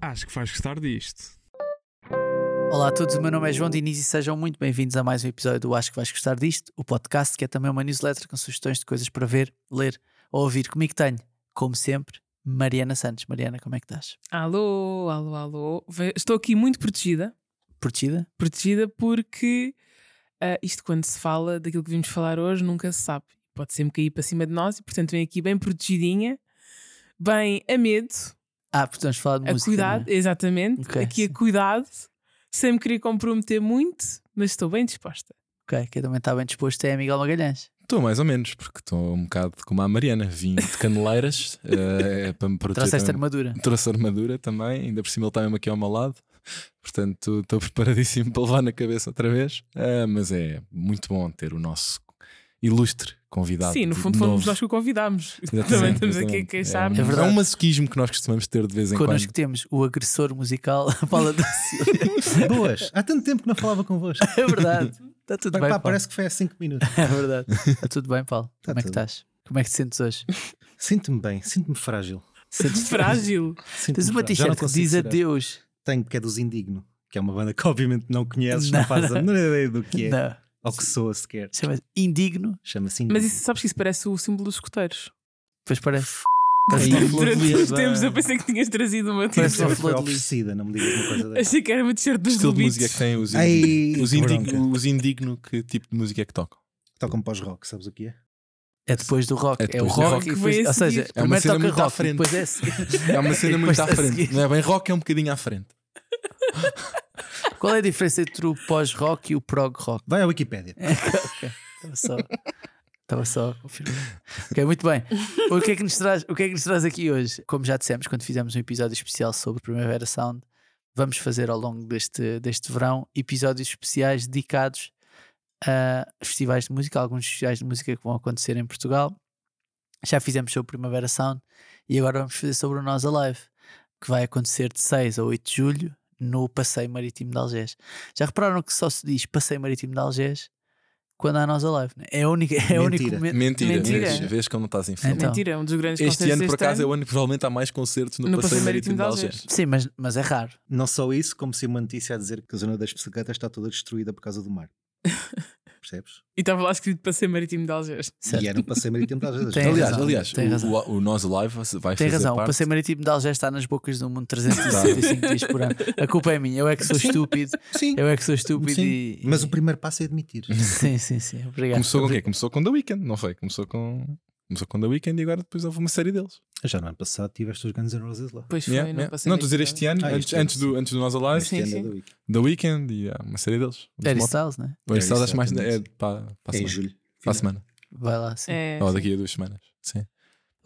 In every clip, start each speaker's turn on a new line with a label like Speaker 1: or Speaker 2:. Speaker 1: acho que vais gostar disto.
Speaker 2: Olá a todos, o meu nome é João Diniz e sejam muito bem-vindos a mais um episódio do Acho que Vais Gostar Disto, o podcast que é também uma newsletter com sugestões de coisas para ver, ler ou ouvir. Comigo tenho, como sempre, Mariana Santos. Mariana, como é que estás?
Speaker 3: Alô, alô, alô. Ve- Estou aqui muito protegida.
Speaker 2: Protegida?
Speaker 3: Protegida porque ah, isto, quando se fala daquilo que vimos falar hoje, nunca se sabe. Pode sempre cair para cima de nós e, portanto, vem aqui bem protegidinha, bem a medo,
Speaker 2: Ah, porque estamos a falar de
Speaker 3: a
Speaker 2: música.
Speaker 3: cuidado,
Speaker 2: não
Speaker 4: né?
Speaker 3: exatamente.
Speaker 2: Ok, sim.
Speaker 3: aqui a cuidado, sem me querer comprometer muito, mas estou bem disposta.
Speaker 2: é? Ok, quem também está bem disposto é Miguel Magalhães.
Speaker 4: Estou mais ou menos, porque estou um bocado como a Mariana. Vim de caneleiras eh, é para me proteger.
Speaker 2: Trouxeste
Speaker 4: também.
Speaker 2: armadura.
Speaker 4: Trouxe armadura também, ainda por cima ele está mesmo aqui ao meu lado. Portanto, estou preparadíssimo para levar na cabeça outra vez. Ah, mas é muito bom ter o nosso ilustre convidado.
Speaker 3: Sim, no
Speaker 4: de
Speaker 3: fundo fomos
Speaker 4: novo.
Speaker 3: nós que o convidámos.
Speaker 4: Exatamente,
Speaker 3: Também estamos aqui a
Speaker 4: exatamente.
Speaker 3: queixar-nos.
Speaker 4: É,
Speaker 2: É
Speaker 4: é
Speaker 2: verdade.
Speaker 4: um masoquismo que nós costumamos ter de vez em
Speaker 2: Connosco temos o agressor musical Paula da Silva.
Speaker 5: Boas, há tanto tempo que não falava convosco.
Speaker 2: É verdade. Está tudo
Speaker 5: Pá,
Speaker 2: bem,
Speaker 5: pá,
Speaker 2: Paulo.
Speaker 5: parece que foi há 5 minutos.
Speaker 2: É verdade. Está tudo bem, Paulo.
Speaker 5: Tá
Speaker 2: como é que
Speaker 5: tudo.
Speaker 2: estás? Como é que te sentes hoje?
Speaker 5: Sinto-me bem, sinto-me frágil.
Speaker 2: Sentes
Speaker 3: Frágil.
Speaker 5: Sinto-me
Speaker 2: Tens uma
Speaker 5: frágil. Já
Speaker 2: t-shirt
Speaker 5: não
Speaker 2: que
Speaker 5: consigo
Speaker 2: diz
Speaker 5: tirar.
Speaker 2: adeus.
Speaker 5: Tenho, porque é dos Indigno, que é uma banda que obviamente não conheces, não, fazes a menor ideia do que é,
Speaker 2: Não,
Speaker 5: ou que soa sequer.
Speaker 2: chama-se Indigno.
Speaker 5: Chama-se Indigno.
Speaker 3: Mas isso, sabes que isso parece o símbolo dos escuteiros.
Speaker 2: Depois parece.
Speaker 5: Aí,
Speaker 2: Parece uma flor de
Speaker 3: Durante
Speaker 2: lis.
Speaker 3: os
Speaker 4: né?
Speaker 3: tempos eu pensei que tinhas trazido uma
Speaker 2: Parece
Speaker 3: t-shirt.
Speaker 5: Essa
Speaker 2: uma
Speaker 5: foi
Speaker 2: flor de lis.
Speaker 5: oferecida, não me digas uma coisa dessa.
Speaker 3: Achei que era uma t-shirt
Speaker 4: quando. Que
Speaker 3: dos
Speaker 4: estilo de
Speaker 3: Beatles.
Speaker 4: música é que tem os indignos?
Speaker 5: Ai,
Speaker 4: Os,
Speaker 5: que bronca.
Speaker 4: indigno, os indigno, que tipo de música é que tocam?
Speaker 5: Tocam pós-rock, sabes o que é?
Speaker 2: É depois do rock.
Speaker 4: É
Speaker 2: É, o
Speaker 4: depois do
Speaker 2: rock,
Speaker 4: rock.
Speaker 2: e
Speaker 3: Que
Speaker 2: depois.
Speaker 3: vem a
Speaker 2: Ou seja,
Speaker 3: seguir.
Speaker 4: É uma
Speaker 2: primeiro
Speaker 4: cena
Speaker 2: toca
Speaker 4: muito à
Speaker 2: rock, e
Speaker 4: frente.
Speaker 2: depois é a seguir.
Speaker 4: É uma cena
Speaker 2: Depois
Speaker 4: muito à
Speaker 2: a
Speaker 4: frente.
Speaker 3: assim.
Speaker 2: seguir.
Speaker 4: Não é bem rock, é um bocadinho à frente.
Speaker 2: Qual é a diferença entre o pós-rock e o prog rock?
Speaker 5: Vai à Wikipédia.
Speaker 2: É. Estava só. Estava só a confirmar. Ok, muito bem. O que, é que nos traz, o que é que nos traz aqui hoje? Como já dissemos quando fizemos um episódio especial sobre Primavera Sound, vamos fazer ao longo deste, deste verão episódios especiais dedicados a festivais de música, alguns festivais de música que vão acontecer em Portugal. Já fizemos sobre Primavera Sound e agora vamos fazer sobre o Nós Alive, que vai acontecer de 6 a 8 de julho no Passeio Marítimo de Algés. Já repararam que só se diz Passeio Marítimo de Algés quando há Nós Alive? né? É, a única, é o único
Speaker 5: Mentira.
Speaker 2: momento.
Speaker 4: Mentira,
Speaker 3: Mentira.
Speaker 4: Vês, vês que eu não estás em
Speaker 2: Então,
Speaker 4: frente.
Speaker 3: Mentira, é um dos grandes
Speaker 4: Este
Speaker 3: concertos
Speaker 4: ano, por
Speaker 3: deste
Speaker 4: acaso, é
Speaker 3: ano.
Speaker 4: o ano que provavelmente há mais concertos no,
Speaker 3: No
Speaker 4: Passeio Marítimo de Algés.
Speaker 2: Sim, mas, mas é raro.
Speaker 5: Não só isso, como se uma notícia a dizer que a zona das pescatas está toda destruída por causa do mar. Percebes?
Speaker 3: E estava lá escrito para ser marítimo de Algés.
Speaker 2: Certo.
Speaker 5: E era um passeio marítimo das vezes.
Speaker 2: Tem
Speaker 4: Aliás,
Speaker 2: razão,
Speaker 4: aliás
Speaker 2: tem
Speaker 4: o-
Speaker 2: razão.
Speaker 4: o, o Nós Live vai fazer
Speaker 2: Tem razão, o
Speaker 4: parte.
Speaker 2: passeio marítimo de Algés está nas bocas do mundo 365 dias por ano. A culpa é minha, eu é que sou estúpido,
Speaker 5: Sim,
Speaker 2: eu é que sou estúpido
Speaker 5: sim.
Speaker 2: e.
Speaker 5: Mas o primeiro passo é admitir.
Speaker 2: Sim, sim, sim, obrigado.
Speaker 4: Começou com o quê? Começou com The Weeknd, não foi? Começou com. Começou com The Weeknd e agora depois houve uma série deles.
Speaker 5: Já no ano passado tiveste os Guns N' Roses lá.
Speaker 3: Pois foi,
Speaker 4: Yeah,
Speaker 3: não
Speaker 4: yeah.
Speaker 3: passei
Speaker 4: Não, estou a dizer este ano,
Speaker 5: Ah,
Speaker 4: antes,
Speaker 5: este ano,
Speaker 4: antes do, antes do Nós Alive,
Speaker 3: Ah, Sim,
Speaker 5: Este
Speaker 3: sim.
Speaker 5: ano é da Week.
Speaker 4: The Weeknd e há uma série deles. Os
Speaker 2: Harry
Speaker 4: Mo-
Speaker 2: Styles, né?
Speaker 4: Harry Styles acho mais é
Speaker 5: Exatamente.
Speaker 4: para, para a
Speaker 5: É em
Speaker 4: semana.
Speaker 5: julho.
Speaker 4: Para a semana.
Speaker 2: Vai lá, sim.
Speaker 3: É,
Speaker 4: Ou
Speaker 3: sim.
Speaker 4: daqui a duas semanas. Sim.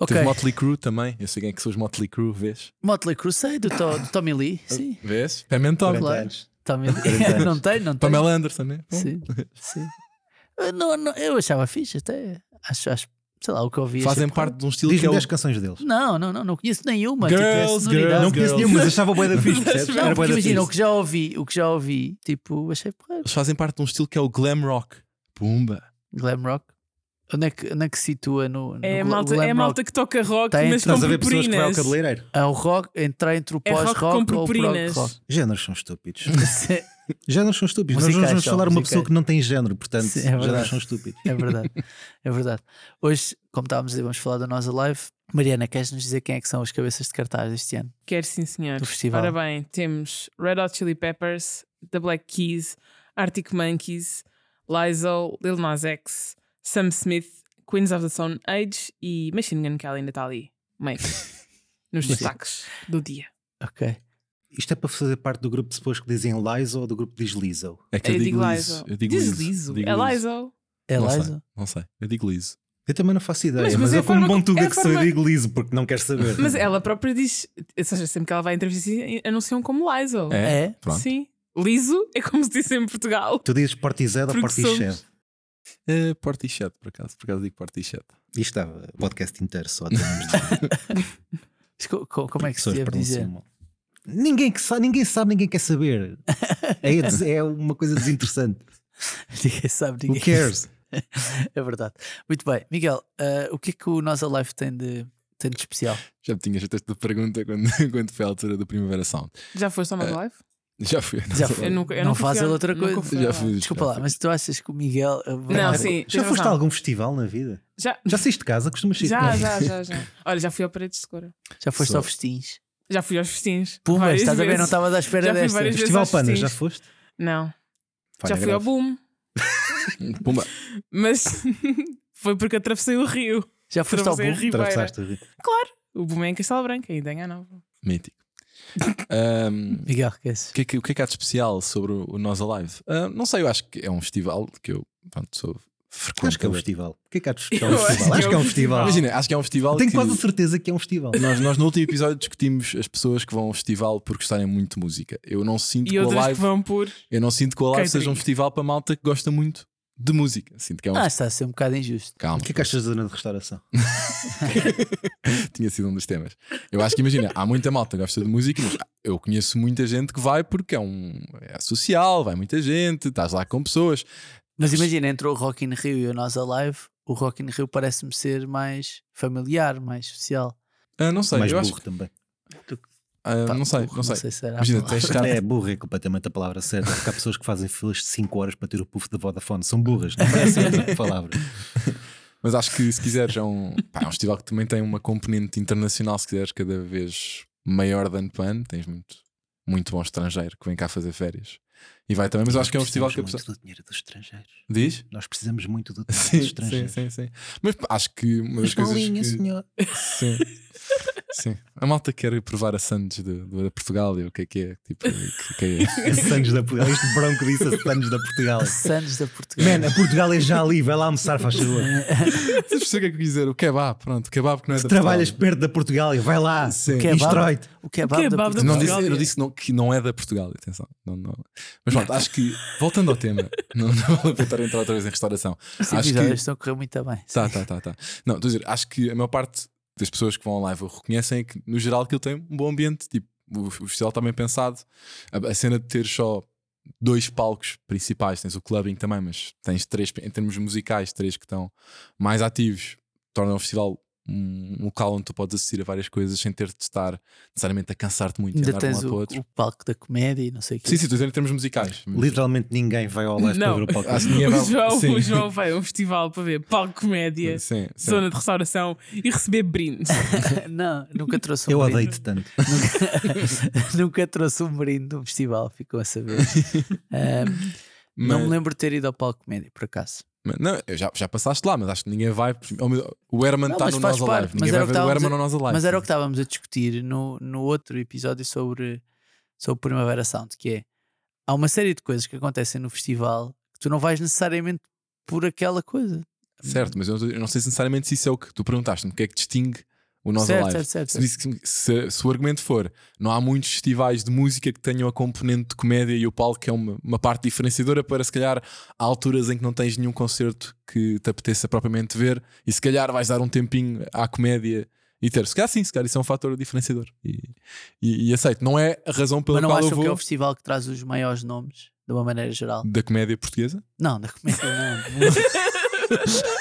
Speaker 2: ok,
Speaker 4: Teve Motley Crue também. Eu sei quem é que são os Motley Crue, vês?
Speaker 2: Motley Crue, sei, do, To- do Tommy Lee, sim.
Speaker 4: Vês? Pamela Top.
Speaker 5: 40
Speaker 2: Claro.
Speaker 5: anos.
Speaker 2: Tommy Lee.
Speaker 5: 40
Speaker 2: não tem, não tem.
Speaker 4: Pamela Anderson, né? Bom,
Speaker 2: Sim, sim. Eu Não, não, eu achava fixe, até. Acho, acho, sei lá, o que eu ouvi.
Speaker 4: Fazem
Speaker 2: achei-
Speaker 4: parte de um estilo que
Speaker 5: Diz-me
Speaker 4: é o
Speaker 5: 10 canções deles.
Speaker 2: Não, não, não, não conheço nenhuma.
Speaker 4: Girls,
Speaker 2: tipo, é sonoridade.
Speaker 4: girls,
Speaker 5: Não conheço
Speaker 4: girls.
Speaker 5: nenhum, mas achava boa da fixe, percebes?
Speaker 3: Não,
Speaker 5: Era
Speaker 2: Porque
Speaker 5: bué da
Speaker 2: imagina, o
Speaker 5: fixe.
Speaker 2: que já ouvi, o que já ouvi, tipo, achei porra.
Speaker 4: Eles fazem parte de um estilo que é o glam rock. Pumba.
Speaker 2: Glam rock. Onde é que, onde é que se situa no, no
Speaker 3: É a
Speaker 2: gla-
Speaker 3: malta,
Speaker 2: glam
Speaker 3: é a malta que toca rock,
Speaker 2: Tem-
Speaker 3: mas com
Speaker 5: Estás a ver pessoas que vai ao
Speaker 3: purpurinas.
Speaker 5: cabeleireiro?
Speaker 2: rock? É o rock, entrar entre o
Speaker 3: É rock com
Speaker 2: pós-rock ou o prog
Speaker 3: purpurinas.
Speaker 2: rock.
Speaker 5: Géneros são estúpidos.
Speaker 2: Sim,
Speaker 5: Géneros são estúpidos. Nós
Speaker 2: Musicais
Speaker 5: vamos
Speaker 2: são,
Speaker 5: falar uma
Speaker 2: musicais.
Speaker 5: pessoa que não tem género, portanto,
Speaker 2: Sim, é verdade.
Speaker 5: géneros são estúpidos.
Speaker 2: é verdade, é verdade. Hoje, como estávamos a dizer, vamos falar da nossa live. Mariana, queres-nos dizer quem é que são os cabeças de cartaz deste ano?
Speaker 3: Quero sim, senhor.
Speaker 2: Do festival.
Speaker 3: Ora bem, temos Red Hot Chili Peppers, The Black Keys, Arctic Monkeys, Lizzo, Lil Nas X, Sam Smith, Queens of the Stone Age e Machine Gun Kelly ainda está ali, meio nos destaques do dia.
Speaker 2: Ok.
Speaker 5: Isto é para fazer parte do grupo de pessoas que dizem Lizo ou do grupo que diz Lizo.
Speaker 4: É que eu, digo liso. Eu digo
Speaker 3: Diz
Speaker 4: liso.
Speaker 3: liso.
Speaker 4: Digo
Speaker 3: É Lizzo.
Speaker 2: É
Speaker 4: Não sei.
Speaker 2: Liza?
Speaker 4: Não sei. Eu digo liso.
Speaker 5: Eu também não faço ideia,
Speaker 3: Mas-
Speaker 5: mas,
Speaker 3: mas é a
Speaker 5: eu, como
Speaker 3: forma
Speaker 5: bom
Speaker 3: como-
Speaker 5: tuga
Speaker 3: é a
Speaker 5: que sou, eu
Speaker 3: forma-
Speaker 5: digo Lizo porque não quero saber.
Speaker 3: Mas é ela própria diz, ou seja, sempre que ela vai a entrevista, anunciam como Lizzo.
Speaker 4: É?
Speaker 2: É?
Speaker 4: Pronto.
Speaker 3: Sim. Liso é como se diz em Portugal.
Speaker 5: Tu dizes Portishead ou
Speaker 3: Porque
Speaker 5: Portishead?
Speaker 3: somos-
Speaker 4: É Portishead, por acaso. Por acaso digo Portishead.
Speaker 5: Isto estava o podcast inteiro só. digamos, de
Speaker 2: Mas co- co- como é que se
Speaker 5: pessoas
Speaker 2: deve dizer?
Speaker 5: pronunciam mal. Ninguém, que sabe, ninguém sabe, ninguém quer saber. É, des- é uma coisa desinteressante.
Speaker 2: Ninguém sabe,
Speaker 5: Who
Speaker 2: ninguém.
Speaker 5: cares?
Speaker 2: eh, É verdade. Muito bem, Miguel, ah, o que é que o nosso live tem de tanto especial.
Speaker 4: Já me tinhas feito esta pergunta quando, quando foi a altura do Primavera Sound.
Speaker 3: Já foste a uma live?
Speaker 4: Já fui.
Speaker 2: Já fui.
Speaker 3: Eu nunca, eu
Speaker 2: Não
Speaker 3: nunca fui
Speaker 2: faz
Speaker 3: a-
Speaker 2: ele outra
Speaker 3: nunca
Speaker 2: coisa.
Speaker 3: fui a
Speaker 4: Já
Speaker 3: uma
Speaker 4: fui.
Speaker 3: live.
Speaker 2: Desculpa lá, mas tu achas que o Miguel. eh,
Speaker 3: Não, sim.
Speaker 5: Já
Speaker 3: tens
Speaker 5: foste a
Speaker 3: razão.
Speaker 5: algum festival na vida?
Speaker 3: Já,
Speaker 5: Já saíste de casa? Costumas sair
Speaker 3: já,
Speaker 5: de casa?
Speaker 3: já, já, já. Olha, já fui ao Paredes de Cora.
Speaker 2: Já foste
Speaker 4: Sou.
Speaker 2: ao festins.
Speaker 3: Já fui aos festins.
Speaker 2: Pumas,
Speaker 3: Várias
Speaker 2: estás a ver?
Speaker 3: vezes.
Speaker 2: Não tá- estavas à espera
Speaker 3: Já fui
Speaker 2: desta.
Speaker 3: várias vezes.
Speaker 5: Festival
Speaker 3: aos
Speaker 5: Panas, já
Speaker 3: festins.
Speaker 5: foste?
Speaker 3: Não.
Speaker 5: Falha
Speaker 3: já fui
Speaker 5: grave.
Speaker 3: ao Boom,
Speaker 4: Pumba.
Speaker 3: mas foi porque atravessei o rio.
Speaker 2: Já foste ao
Speaker 3: Atravessei a
Speaker 2: boom.
Speaker 3: Ribeira.
Speaker 5: Atravessaste a vida.
Speaker 3: O Boom é em Castelo Branco, ainda em Nova.
Speaker 4: Mítico. Ahm,
Speaker 2: Miguel, que é esse?
Speaker 4: o, que é que, o que é que há de especial sobre o o Nós Alive? Ah, não sei, eu acho que é um festival que eu pronto, sou frequente.
Speaker 5: Acho que é um festival. O que é que há de especial?
Speaker 3: Eu
Speaker 5: no festival? Acho que é um festival.
Speaker 4: Imagina, acho que é um festival.
Speaker 5: Tenho
Speaker 4: que-
Speaker 5: quase a certeza que é um festival.
Speaker 4: Nós, nós no último episódio discutimos as pessoas que vão ao festival por gostarem muito de música. Eu não sinto
Speaker 3: E
Speaker 4: que o
Speaker 3: outras
Speaker 4: Alive,
Speaker 3: que vão por.
Speaker 4: eu não sinto que o Alive
Speaker 3: Catering.
Speaker 4: seja um festival para malta que gosta muito de música. Sinto que é um
Speaker 2: Ah, está a ser um bocado injusto.
Speaker 4: calma.
Speaker 5: O que é que achas da zona de restauração?
Speaker 4: tinha sido um dos temas. Eu acho que imagina, há muita malta que gosta de música, mas eu conheço muita gente que vai porque é um é social, vai muita gente, estás lá com pessoas.
Speaker 2: Mas imagina, entrou o Rock in Rio e o Nós Alive. O Rock in Rio parece-me ser mais familiar, mais social.
Speaker 4: Ah, não sei,
Speaker 5: Mais
Speaker 4: eu
Speaker 5: burro
Speaker 4: acho que-
Speaker 5: também.
Speaker 4: ah,
Speaker 2: Pá,
Speaker 4: não sei,
Speaker 2: burro,
Speaker 4: não sei.
Speaker 2: Não sei Ah, se era a
Speaker 4: Imagina,
Speaker 2: palavra.
Speaker 4: tens de estar-
Speaker 5: É burro, é completamente a palavra certa. Porque há pessoas que fazem filas de 5 horas para ter o puff da Vodafone. São burras, não parece outra palavra.
Speaker 4: Mas acho que se quiseres, é um, pá, é um festival que também tem uma componente internacional, se quiseres, cada vez maior de ano para ano. Tens muito, muito bom estrangeiro que vem cá fazer férias. E vai também, mas eu acho que é um festival que a pessoa.
Speaker 5: Precisamos muito do dinheiro dos estrangeiros.
Speaker 4: Diz?
Speaker 5: Nós precisamos muito do dinheiro
Speaker 4: Sim,
Speaker 5: dos
Speaker 4: sim,
Speaker 5: estrangeiros.
Speaker 4: sim, sim. Mas pá, acho que uma das
Speaker 5: Mas
Speaker 4: coisas.
Speaker 5: bolinha,
Speaker 4: que...
Speaker 5: senhor.
Speaker 4: Sim. Sim. A malta quer provar a Santos de, de Portugal e o que é que é. Tipo, que, que é.
Speaker 5: A Santos da Portugal. Este bronco disse a Santos da Portugal.
Speaker 2: Santos da Portugal.
Speaker 5: Man, a Portugal é já ali. Vai lá almoçar, faz favor.
Speaker 4: Vocês percebem o que é que eu quis dizer? O kebab, pronto, o kebab que não é
Speaker 5: Se
Speaker 4: da
Speaker 5: trabalhas
Speaker 4: Portugal.
Speaker 5: perto da Portugal, vai lá.
Speaker 4: Sim.
Speaker 2: Kebab.
Speaker 5: Destrói-te.
Speaker 2: O kebab,
Speaker 3: O
Speaker 2: da
Speaker 3: kebab da
Speaker 2: Portugal.
Speaker 4: Não
Speaker 3: Portugal.
Speaker 4: disse, eu disse que não- que não é da Portugal, atenção. Não, não. Mas pronto, acho que, voltando ao tema, não, não vale a pena estar a entrar outra vez em restauração.
Speaker 2: Estes
Speaker 4: Acho que-
Speaker 2: episódios estão a correr muito bem.
Speaker 4: Tá, tá, tá, tá. Não, estou a dizer, acho que a maior parte das pessoas que vão ao live o reconhecem é que, no geral, aquilo tem um bom ambiente. Tipo, o, o festival está bem pensado. A, a cena de ter só dois palcos principais, tens o clubbing também, mas tens três, em termos musicais, três que estão mais ativos, torna o festival um um local onde tu podes assistir a várias coisas sem ter de estar necessariamente a cansar-te muito e
Speaker 2: Ainda
Speaker 4: andar de um
Speaker 2: tens
Speaker 4: lado para o
Speaker 2: o,
Speaker 4: outro.
Speaker 2: o palco da comédia e não sei o quê.
Speaker 4: Sim, sim, estou a dizer em termos musicais.
Speaker 5: Literalmente ninguém vai ao live para
Speaker 3: Não.
Speaker 5: ver o palco.
Speaker 4: Acho que ninguém vai-
Speaker 3: O João,
Speaker 4: Sim.
Speaker 3: o João vai a um festival para ver palco comédia,
Speaker 4: Sim, sim.
Speaker 3: zona de restauração e receber brindes.
Speaker 2: não, nunca trouxe um
Speaker 5: Eu
Speaker 2: brinde.
Speaker 5: odeio-te tanto.
Speaker 2: Nunca, nunca trouxe um brinde do festival, ficou a saber. Ahm, Não me
Speaker 4: Mas-
Speaker 2: lembro de ter ido ao palco comédia, por acaso.
Speaker 4: Mas, Não, eu já, já passaste lá, mas acho que ninguém vai. ao meu- O Herman
Speaker 2: Não,
Speaker 4: está
Speaker 2: mas
Speaker 4: no
Speaker 2: faz
Speaker 4: Nós
Speaker 2: parte,
Speaker 4: Alive.
Speaker 2: mas
Speaker 4: Ninguém
Speaker 2: era
Speaker 4: vai
Speaker 2: o que
Speaker 4: ver o
Speaker 2: estávamos
Speaker 4: Herman no Nós Alive.
Speaker 2: Mas era o que estávamos a discutir no, no outro episódio sobre, sobre Primavera Sound, que é há uma série de coisas que acontecem no festival que tu não vais necessariamente por aquela coisa.
Speaker 4: Certo, mas eu não- eu não sei sinceramente se isso é o que tu perguntaste-me, o que é que distingue o Nós
Speaker 2: certo,
Speaker 4: Alive.
Speaker 2: certo, certo,
Speaker 4: Se, disse que- se- se o argumento for, não há muitos festivais de música que tenham a componente de comédia e o palco que é uma, uma parte diferenciadora para se calhar há alturas em que não tens nenhum concerto que te apeteça propriamente ver e se calhar vais dar um tempinho à comédia e ter. Se calhar sim, se calhar isso é um fator diferenciador e, e- e aceito. Não é a razão pela
Speaker 2: Mas não
Speaker 4: qual eu
Speaker 2: acham
Speaker 4: vou
Speaker 2: que é o festival que traz os maiores nomes, de uma maneira geral?
Speaker 4: da comédia portuguesa.
Speaker 2: Não, da comédia não.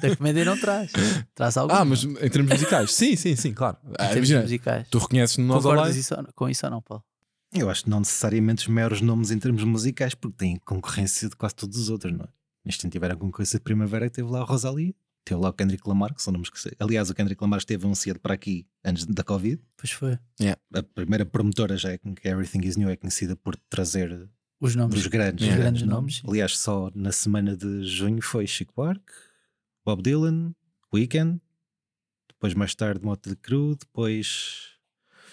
Speaker 2: da comédia não traz. Traz algo
Speaker 4: Ah, mas em termos musicais, sim, sim, sim, claro. Ah, imagina,
Speaker 2: musicais.
Speaker 4: tu reconheces no Nós
Speaker 2: Concordas
Speaker 4: Alive.
Speaker 2: isso ou- com isso ou não, Paulo?
Speaker 5: Eu acho que não necessariamente os maiores nomes em termos musicais, porque têm concorrência de quase todos os outros, não é? Neste ano tiveram concorrência de primavera, teve lá a Rosalia, teve lá o Kendrick Lamar, que são nomes que sei. Aliás, o Kendrick Lamar esteve anunciado para aqui antes da Covid.
Speaker 2: Pois foi.
Speaker 5: A primeira promotora já é com que Everything is New é conhecida por trazer
Speaker 2: Os nomes.
Speaker 5: dos grandes,
Speaker 4: Yeah.
Speaker 2: grandes nomes.
Speaker 5: Aliás, só na semana de junho foi Chico Buarque, Bob Dylan, Weekend, depois mais tarde Motley Crue, depois